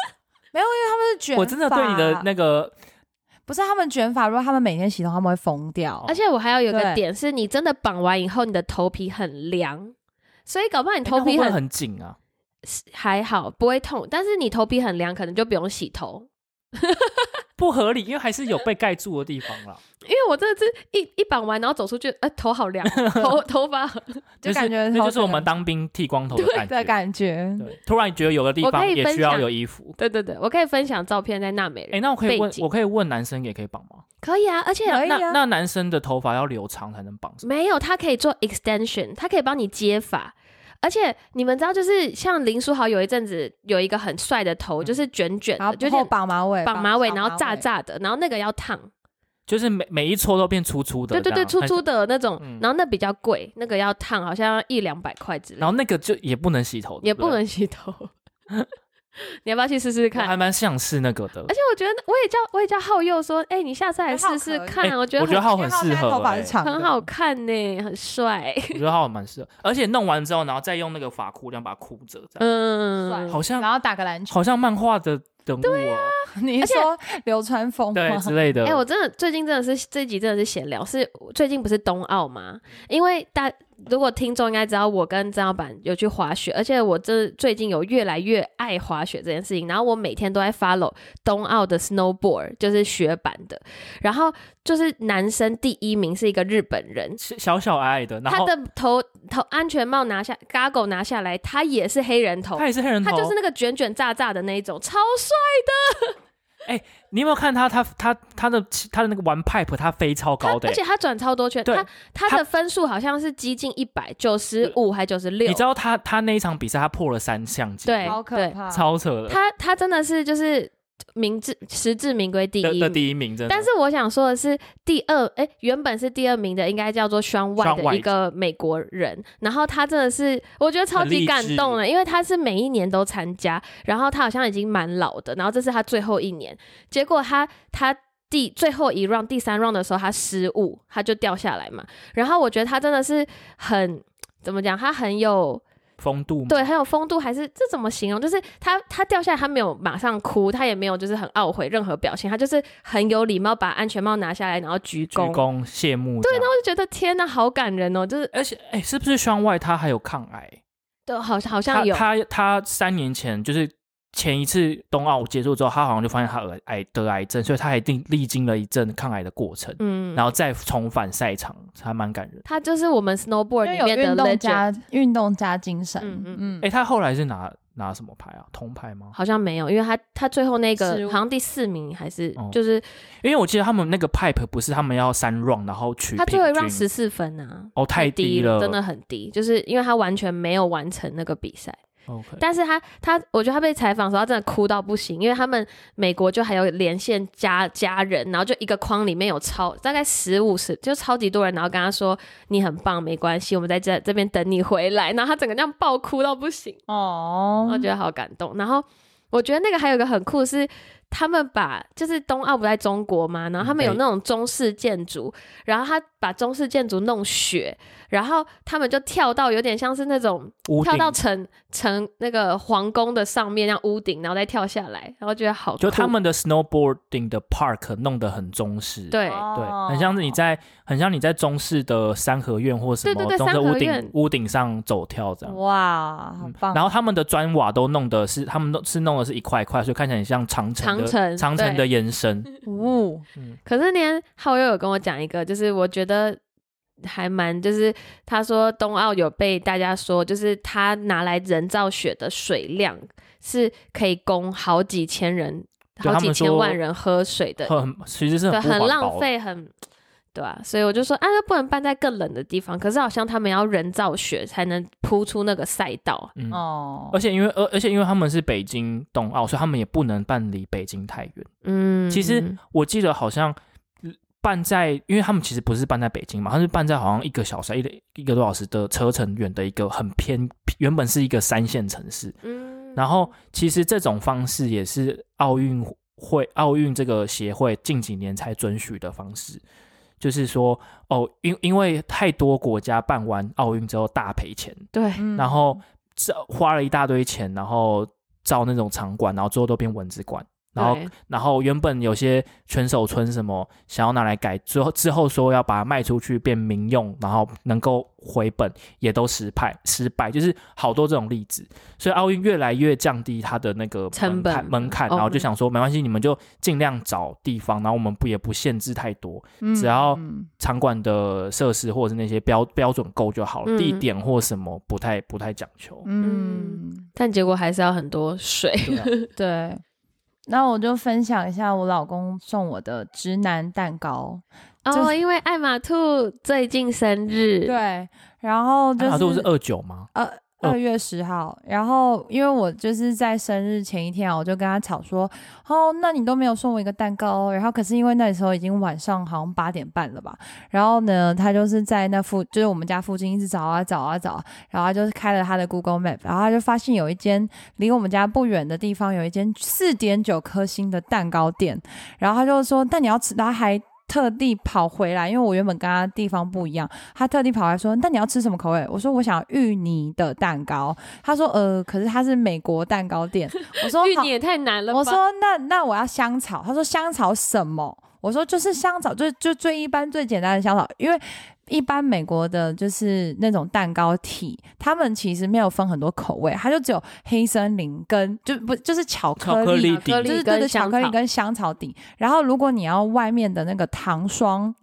A: 他们是卷发，
B: 我真的对你的那个
A: 不是他们卷发，如果他们每天洗头，他们会疯掉。
C: 而且我还要有一个
A: 对
C: 点是，你真的绑完以后，你的头皮很凉，所以搞不好你头
B: 那
A: 哎
B: 会
C: 皮
B: 不会
C: 很
B: 很紧啊。
C: 还好，不会痛，但是你头皮很凉，可能就不用洗头。
B: 不合理，因为还是有被盖住的地方
C: <laughs>
B: 啦。
C: 因为我真的是一一绑完，然后走出去，呃，头好凉，
A: <laughs>
C: 头头发好。
A: 就是感觉
B: 那
A: 头
B: 就是我们
A: 整个
B: 当兵剃光头的感
A: 的
B: 觉。
A: 感觉，
B: 对，突然觉得有个地
C: 我
B: 方
C: 可以
B: 也
C: 分
B: 需要
C: 享
B: 有衣服。
C: 对对对，我可以分享照片在娜美
B: 哎、
C: 人，
B: 那我可以
C: 背
B: 问，
C: 景
B: 我可以问男生也可以绑吗？
C: 可以啊，而且
A: 可以
B: 那
A: 啊
B: 那男生的头发要留长才能绑是吗，
C: 没有，它可以做 extension，它可以帮你接发。而且你们知道，就是像林书豪有一阵子有一个很帅的头，
B: 嗯
C: 就是卷卷
A: 然
C: 的，
A: 后
C: 就
A: 就是后绑马尾，
C: 绑马尾，然后炸，炸的，然后那个要烫。
B: 就是每每一撮都变粗粗的
C: 对
B: 这
C: 对
B: 样，
C: 对，粗粗
B: 很。
C: 的那种，
B: 嗯
C: 然后那比较贵，那个要烫，好像要一两百块之类
B: 然，后那个就也不能洗头，<laughs> 对
C: 也
B: 不
C: 不
B: 对
C: 能洗头。你要不要去试试
B: 我
C: 看？
B: 还蛮像是那个的
C: 而。且我觉得我也叫我也叫浩佑说，哎、你下次来试试看
B: 哎
C: 啊，我觉得
B: 我觉得
C: 很
B: 浩
A: 因为
B: 很
A: 他
B: 适
A: 现在
B: 合
A: 头发
B: 欸
A: 是长的，
C: 很好看呢、很帅，
B: 我觉得浩蛮适合，而且弄完之后，然后再用那个发箍这样把它箍着，这样、
C: 嗯，
A: 帅
B: 好像
D: 然后打个篮
C: <laughs>
D: 球，
B: 好像漫画的人物、哦，
A: 你是说流川枫
B: 对
A: 吗？
B: 之类的。
C: 哎、我真的最近真的是这一集真的是闲聊，是最近不是冬奥吗？因为大如果听众应该知道，我跟张老板有去滑雪，而且我这最近有越来越爱滑雪这件事情，然后我每天都在 follow 冬奥的 snowboard，就是雪板的，然后就是男生第一名是一个日本人。
B: 是小小矮矮的，然
C: 他
B: 后
C: 的头头安全帽拿下 g a g g 拿下来，他也是黑人头
B: 他，也是黑人
C: 他
B: 头，哦
C: 就是那个卷卷炸炸的那一种，超帅。
B: 你有没有看他？他他他的他的那个玩 pipe，他飞超
C: 他
B: 高的
C: 而
B: 欸、
C: 且他转超多圈，
B: 对
C: 他他的分数好像是接近一百九十五还九十六
B: 你知，道他他那一场比赛他破了三项纪
A: <laughs>
B: 录，
C: 对
D: 好可怕。
B: 超扯的，
C: 他他真的是就是名至实至名归第
B: 的
C: 一
B: 的
C: 名。
B: 第一名真的。
C: 但是我想说的是，第二哎、原本是第二名的，应该叫做 Sean
B: Shaun
C: White 的
B: White
C: 一个美国人，然后他真的是我觉得超
B: 很励
C: 级
B: 志
C: 感动了，因为他是每一年都参加，然后他好像已经蛮老的，然后这是他最后一年，结果他他第最后一 round 第三 round 的时候他失误，他就掉下来嘛，然后我觉得他真的是很怎么讲，他很有
B: 风度嘛
C: 对，很有风度，还是这怎么形容？就是他他掉下来，他没有马上哭，他也没有就是很懊悔任何表情，他就是很有礼貌，把安全帽拿下来，然后鞠
B: 鞠
C: 躬。
B: 躬谢幕这样。对，
C: 我就觉得天呐，好感人哦！就是
B: 而且哎、是不是圈外他还有抗癌？
C: 对，好像好
B: 他
C: 像有
B: 他他三年前就是前一次冬奥结束之后，他好像就发现他得癌得癌症，所以他一定历经了一阵抗癌的过程，
C: 嗯，
B: 然后再重返赛场，还蛮感人的。
C: 他就是我们 snowboard
D: 因为
C: 里
D: 有
C: 面
D: 运
C: 的
D: 动
C: legend，
D: 加运动加精神，
C: 嗯嗯
D: 嗯
B: 哎、他后来是拿拿什么牌啊？铜牌吗？
C: 好像没有，因为他他最后那个
D: 失误
C: 好像第四名还是
B: 哦
C: 就是
B: 因为我记得他们那个 pipe 不是他们要三 round 然后取
C: 他最后
B: 平
C: 让
B: 均
C: 十四分啊，
B: 哦太低
C: 低了，
B: 了
C: 真的很低，就是因为他完全没有完成那个比赛。
B: OK，
C: 但是他他，我觉得他被采访的时候，他真的哭到不行，因为他们美国就还有连线家家人，然后就一个框里面有超大概十五十，就超级多人，然后跟他说你很棒，没关系，我们在这这边等你回来，然后他整个这样爆哭到不行，我
D: 哦，
C: 觉得好感动。然后我觉得那个还有一个很酷是。他们把就是冬奥不在中国嘛，然后他们有
B: 对
C: 那种中式建筑，然后他把中式建筑弄雪，然后他们就跳到有点像是那种
B: 屋
C: 跳
B: 顶
C: 到城城那个皇宫的上面，那样屋顶，然后再跳下来，然后觉得好酷。
B: 就他们的 snowboarding 的 park 弄得很中式，
C: 对、
D: 哦
B: 对，很像是你在很像你在中式的三合院或什
C: 对
B: 么
C: 对对
B: 中式
C: 三合
B: 屋
C: 院
B: 顶屋顶上走跳这样。
D: 哇，好
B: 嗯
D: 棒！
B: 然后他们的砖瓦都弄的是，他们都是弄的是一块一块，所以看起来很像长城的
C: 长城
B: 长城
C: 对
B: 的延伸。
D: 哦，
C: 可是连浩佑有跟我讲一个，就是我觉得还蛮，就是他说冬奥有被大家说，就是他拿来人造雪的水量是可以供好几千人、
B: 对
C: 好几
B: 他
C: 千
B: 们说
C: 万人喝水的，
B: 很其实是
C: 对，
B: 很不环
C: 很
B: 保
C: 浪
B: 的。
C: 费，很。对啊，所以我就说，啊，那不能办在更冷的地方。可是好像他们要人造雪才能铺出那个赛道，啊
B: 嗯，
D: 哦，
B: 而且因为而而且因为他们是北京冬奥，所以他们也不能办离北京太远。
C: 嗯，
B: 其实我记得好像嗯办在，因为他们其实不是办在北京嘛，他是办在好像一个小时一个一个多小时的车程远的一个很偏，原本是一个三线城市。
C: 嗯，
B: 然后其实这种方式也是奥运会奥运这个协会近几年才准许的方式，就是说哦，因因为太多国家办完奥运之后大赔钱，
C: 对，
D: 嗯
B: 然后这花了一大堆钱，然后造那种场馆，然后最后都变文字馆。然后
C: 对
B: 然后原本有些选手村什么想要拿来改，之后之后说要把它卖出去变民用，然后能够回本，也都失败失败，就是好多这种例子。所以奥运越来越降低它的那个
C: 成
B: 门
C: 本
B: 槛门槛，
C: 哦
B: 然后就想说没关系，你们就尽量找地方，然后我们不也不限制太多，
D: 嗯
B: 只要
D: 嗯
B: 场馆的设施或者是那些标标准够就好，
C: 嗯
B: 地点或什么不太不太讲
C: <laughs>
B: 究。
D: 嗯，
C: 但结果还是要很多水，
B: 对啊
D: 对。那我就分享一下我老公送我的直男蛋糕，就
C: 哦，
D: 是
C: 因为艾玛兔最近生日，
A: 啊
D: 对，然后就啊是
B: 安
C: <laughs>
B: 达兔是二九吗？
D: 呃
B: 哦
A: 二月十号，然后因为我就是在生日前一天啊，我就跟他吵说，哦，那你都没有送我一个蛋糕哦。然后可是因为那时候已经晚上好像八点半了吧，然后呢，他就是在那附，就是我们家附近一直找啊找啊找，然后他就是开了他的 Google Map，然后他就发现有一间离我们家不远的地方有一间四点九颗星的蛋糕店，然后他就说，那你要吃，他还。特地跑回来，因为我原本跟他地方不一样，他特地跑来说：“那你要吃什么口味？”我说：“我想要芋泥的蛋糕。”他说：“呃，可是它是美国蛋糕店。”我说：“
C: 芋
A: 好
C: 泥也太难了吧？
A: 我说那那我要香草，他说香草什么？我说就是香草，就是就最一般最简单的香草，因为一般美国的就是那种蛋糕体，他们其实没有分很多口味，它就只有黑森林跟就不就是巧
B: 巧克
A: 力
B: 力
C: 巧
B: 底
C: 克力
A: 就是对
C: 跟
A: 对，
C: 香
A: 巧克力
C: 草
A: 跟香草底。然后如果你要外面的那个糖霜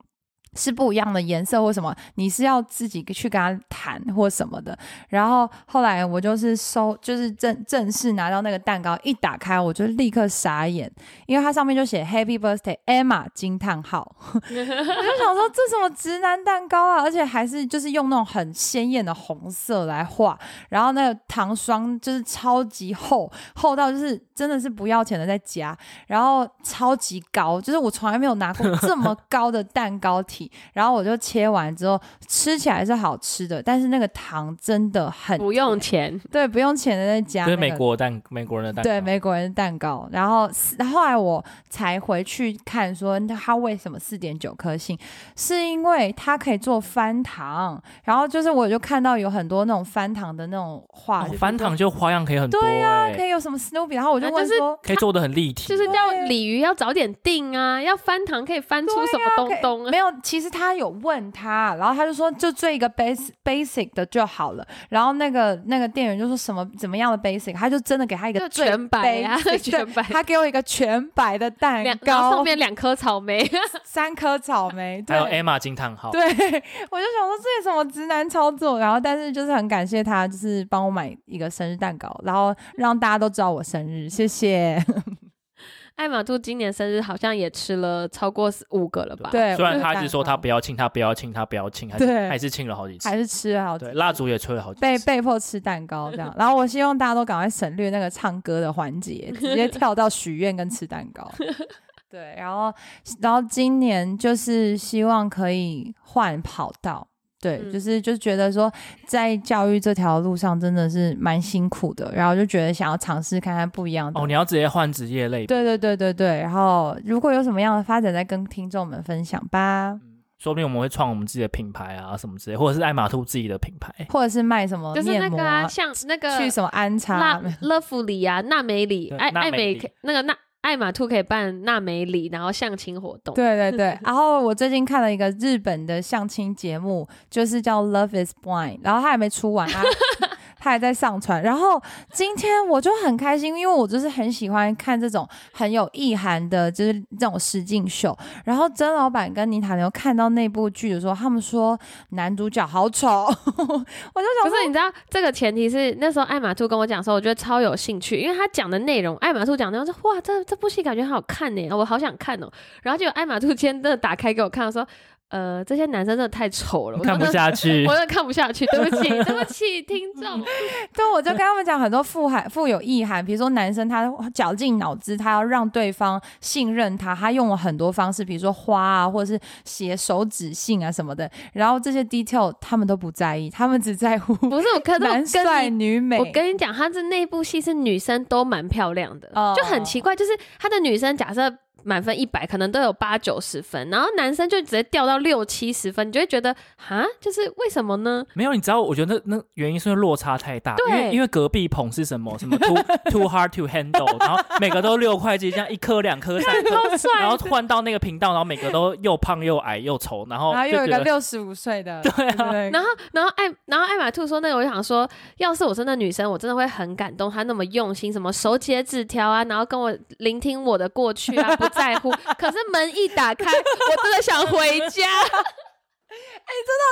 A: 是不一样的颜色或什么，你是要自己去跟他谈或什么的。然后后来我就是收，就是正正式拿到那个蛋糕，一打开我就立刻傻眼，因为它上面就写 Happy Birthday Emma 惊叹号，我就想说这什么直男蛋糕啊，而且还是就是用那种很鲜艳的红色来画，然后那个糖霜就是超级厚，厚到就是真的是不要钱的在夹，然后超级高，就是我从来没有拿过这
B: <laughs>
A: 么高的蛋糕体。然后我就切完之后吃起来是好吃的，但是那个糖真的很
C: 不用钱，
A: 对，不用钱的在夹、
B: 就
A: 那
B: 是
A: 个，
B: 美国蛋美国人的蛋糕，
A: 对美国人蛋糕。然后四后来我才回去看说它为什么四点九颗星，是因为它可以做翻糖。然后就是我就看到有很多那种翻糖的那种画，
B: 哦翻糖就花样可以很多、欸，
A: 对呀、可以有什么 Snoopy，然后我就
C: 啊
A: 问
C: 就是
A: 说。
B: 可以做的很立体，
C: 就是叫
A: 对
C: 鲤鱼要早点订啊，要翻糖可以翻出什么东东啊
A: 没？有，其实他有问他，然后他就说就做一个 basic basic 的就好了。然后那个那个店员就说什么怎么样的 basic，他就真的给他一个
C: 就
A: 最
C: 全白啊 <laughs>
A: basic，
C: 全白
A: 对他给我一个全白的蛋
C: 两然后
A: 糕，
C: 上面两颗草莓，
A: 三颗草莓，
B: 还有
A: 对
B: Emma 惊叹号，
A: 对，我就想说这是什么直男操作，然后但是就是很感谢他，就是帮我买一个生日蛋糕，然后让大家都知道我生日，谢谢。
C: 艾玛兔今年生日好像也吃了超过五个了吧？
A: 对，
B: 虽然
A: 我就
B: 他一
A: 蛋
B: 直说
A: 糕
B: 他不要亲，他不要亲，他不要亲，还是
A: 对
B: 还是亲了好几次
A: 还，是吃了好几
B: 对，蜡烛也吹了好几
A: 被
B: 次，
A: 被迫吃蛋糕这样。然后我希望大家都赶快省略那个唱歌的环节，直接跳到许愿跟吃蛋
C: <laughs>
A: 糕。对，然后然后今年就是希望可以换跑道。对，
C: 嗯
A: 就是就觉得说，在教育这条路上真的是蛮辛苦的，然后就觉得想要尝试看看不一样的。
B: 哦，你要直接换职业类别，
A: 对对对对对，然后如果有什么样的发展，再跟听众们分享
B: 嗯
A: 吧，
B: 说不定我们会创我们自己的品牌啊什么之类，或者是爱马兔自己的品牌。
A: 或者是卖什么
C: 就是那
A: 面膜
C: 个
A: 啊、
C: 啊，像那个
A: 去什么安
C: 拉
A: 插，
C: 乐福里啊，娜美里，
B: 对
C: 艾
B: 娜
C: 艾
B: 美
C: 美
B: 里
C: 可那个娜艾玛兔可以办娜美里，然后相亲活动。
A: 对对对，然后我最近看了一个日本的相亲节目，就是叫《Love Is Blind》，然后它还没出完 <laughs> 啊。它还在上传，然后今天我就很开心，因为我就是很喜欢看这种很有意涵的，就是这种实境秀。然后曾老板跟倪塔牛看到那部剧的时候，他们说男主角好丑， <laughs> 我就
C: 不
A: 想说
C: 是，你知道这个前提是那时候艾玛兔跟我讲的时候，我觉得超有兴趣，因为他讲的内容，艾玛兔讲的内容说哇，这这部戏感觉很好看呢，我好想看哦。然后就艾玛兔今天真的打开给我看，我说呃，这些男生真的太丑了，我
B: 看不
C: 真的。
B: 下去
C: 我，真的看不下去，对不起，对不
A: <laughs>
C: 起，听众。 <laughs>
A: 对，我就跟他们讲很多富含富有意涵，比如说男生他绞尽脑汁，他要让对方信任他，他用了很多方式，比如说花啊，或者是写手指信啊什么的，然后这些 detail 他们都不在意，他们只在乎
C: 不是，我可是我
A: 男帅
C: 跟你，
A: 女美。
C: 我跟你讲，他这那部戏是女生都蛮漂亮的，
A: 哦
C: 就很奇怪，就是他的女生假设满分一百，可能都有八九十分，然后男生就直接掉到六七十分，你就会觉得啊，就是为什么呢？ <laughs>
B: 没有，你知道，我觉得那那原因是因为落差太大，因为
C: 对
B: 因为隔壁棚是什么什
A: <laughs>
B: 么 too too hard to handle，然后每个都六块鸡，这样一颗两颗三颗，
C: 超帅
B: 然后换到那个频道，然后每个都又胖又矮又丑，然后
A: 然后
B: 哦就
A: 又有一
B: 觉
A: 个
B: 得
A: 六十五岁的，
B: 对啊，
A: 对
C: 然后，然后艾，然后艾玛兔说那个，我就想说，要是我是那女生，我真的会很感动。她那么用心，什么手写纸条啊，然后跟我聆听我的过去啊，不在乎。可是门一打开，我真的想回家。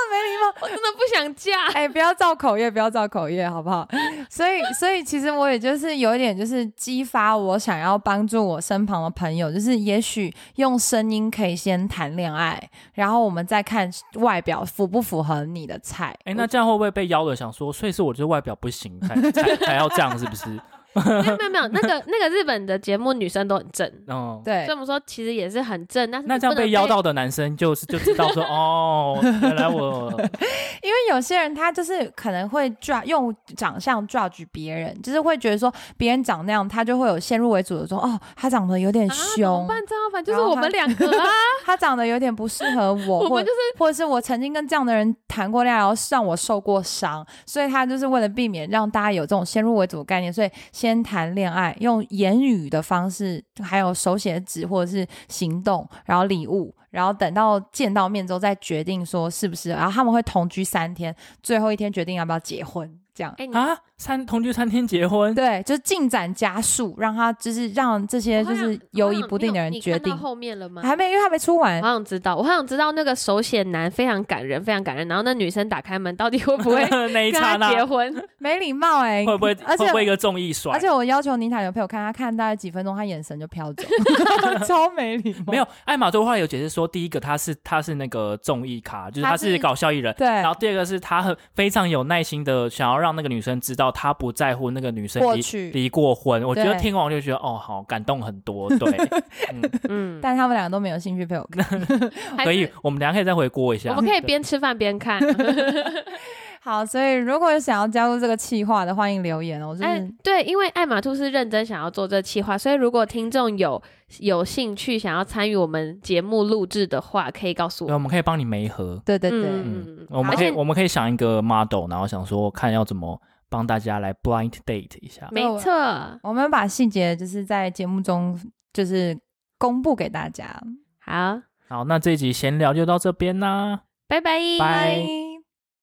A: 没礼貌。
C: <laughs> 我真的不想嫁。 <laughs>
A: <laughs> 哎、不要造口业，不要造口业，好不好？所以，所以其实我也就是有一点，就是激发我想要帮助我身旁的朋友，就是也许用声音可以先谈恋爱，然后我们再看外表符不符合你的菜。
B: 哎、那这样会不会被邀了？想说，所以是我这外表不行才才才要这样，是不 <laughs> 是？
C: 没有没有没有，那个那个日本的节目女生都很正，
B: 嗯，
A: 对
C: 所以我们说其实也是很正，但是
B: 那这样
C: 不能啊
B: 被邀到的男生就是就知道说，哦，原来
A: <laughs>
B: 我
A: 因为有些人他就是可能会 judge 用长相 judge 别人，就是会觉得说别人长那样，他就会有先入为主的说，哦，他长得有点
C: 啊怎
A: 凶，
C: 么办？正好反就
A: 然
C: 是
A: 后
C: 我
A: 他
C: 们两个啊，
A: 他长得有点不适合 <laughs> 我，
C: 我
A: 或
C: 们就是
A: 或者是我曾经跟这样的人谈过恋爱，然后让我受过伤，所以他就是为了避免让大家有这种先入为主的概念，所以先谈恋爱，用言语的方式，还有手写纸或者是行动，然后礼物，然后等到见到面之后再决定说是不是，然后他们会同居三天，最后一天决定要不要结婚，这样。
C: 哎你
B: 啊，三同居三天结婚，
A: 对，就是进展加速，让他就是让这些
C: 哦我好
A: 就
C: 想
A: 是
C: 我
A: 犹
C: 好
A: 疑
C: 想
A: 不定的人
C: 啊你有
A: 决
C: 你看
A: 定
C: 到，后啊面了吗？
A: 还没，因为还没出完
C: 我，好想知道，我好想知道那个手写男非常感人，非常感人。然后那女生打开门，到底会
A: <laughs>
C: 不会
B: <laughs> 那一
C: 跟
B: 刹
C: 他
B: 那
C: 结婚？
A: 没礼貌哎、
B: 会不会
A: 而且
B: 会不会一个综艺甩
A: 而？且我要求妮塔有陪我看，她看大概几分钟，她眼神就
B: <laughs>
A: 飘走，超没礼貌。
B: 没有，，艾玛对后来有解释说，第一个他是他是那个综艺咖，就是
A: 他
B: 他
A: 是
B: 是搞笑艺人。
A: 对，
B: 然后第二个是他很非常有耐心的想要让那个女生知道他不在乎那个女生
A: 过
B: 离
A: 去，
B: 离过婚。我觉得
A: 对
B: 听完我就觉得哦，好感动很多。
A: <laughs>
B: 对，嗯，
C: 嗯，
A: 但他们两个都没有兴趣陪我
B: <laughs>
A: 看。
C: 还
B: 可
C: 是
B: 以，我们等一下可以再回锅一
C: 我
B: 下
C: 们。可以边吃饭边
A: <laughs>
C: 看。
A: 好，所以如果有想要加入这个企划的，欢迎留言哦。就是、
C: 哎，对，因为艾玛兔是认真想要做这企划，所以如果听众有有兴趣想要参与我们节目录制的话，可以告诉
B: 对，
C: 我。
B: 我们可以帮你媒合。
A: 对对对，
B: 嗯
C: 嗯，
B: 我们
C: 而
B: 可以
C: 且
B: 我们可以想一个 model，然后想说看要怎么帮大家来 blind date 一下。
A: 哦
C: 没错，
A: 我们把细节就是在节目中就是公布给大家。
C: 好，
B: 好，那这一集闲聊就到这边啦，
C: 拜拜，
B: 拜。
A: 拜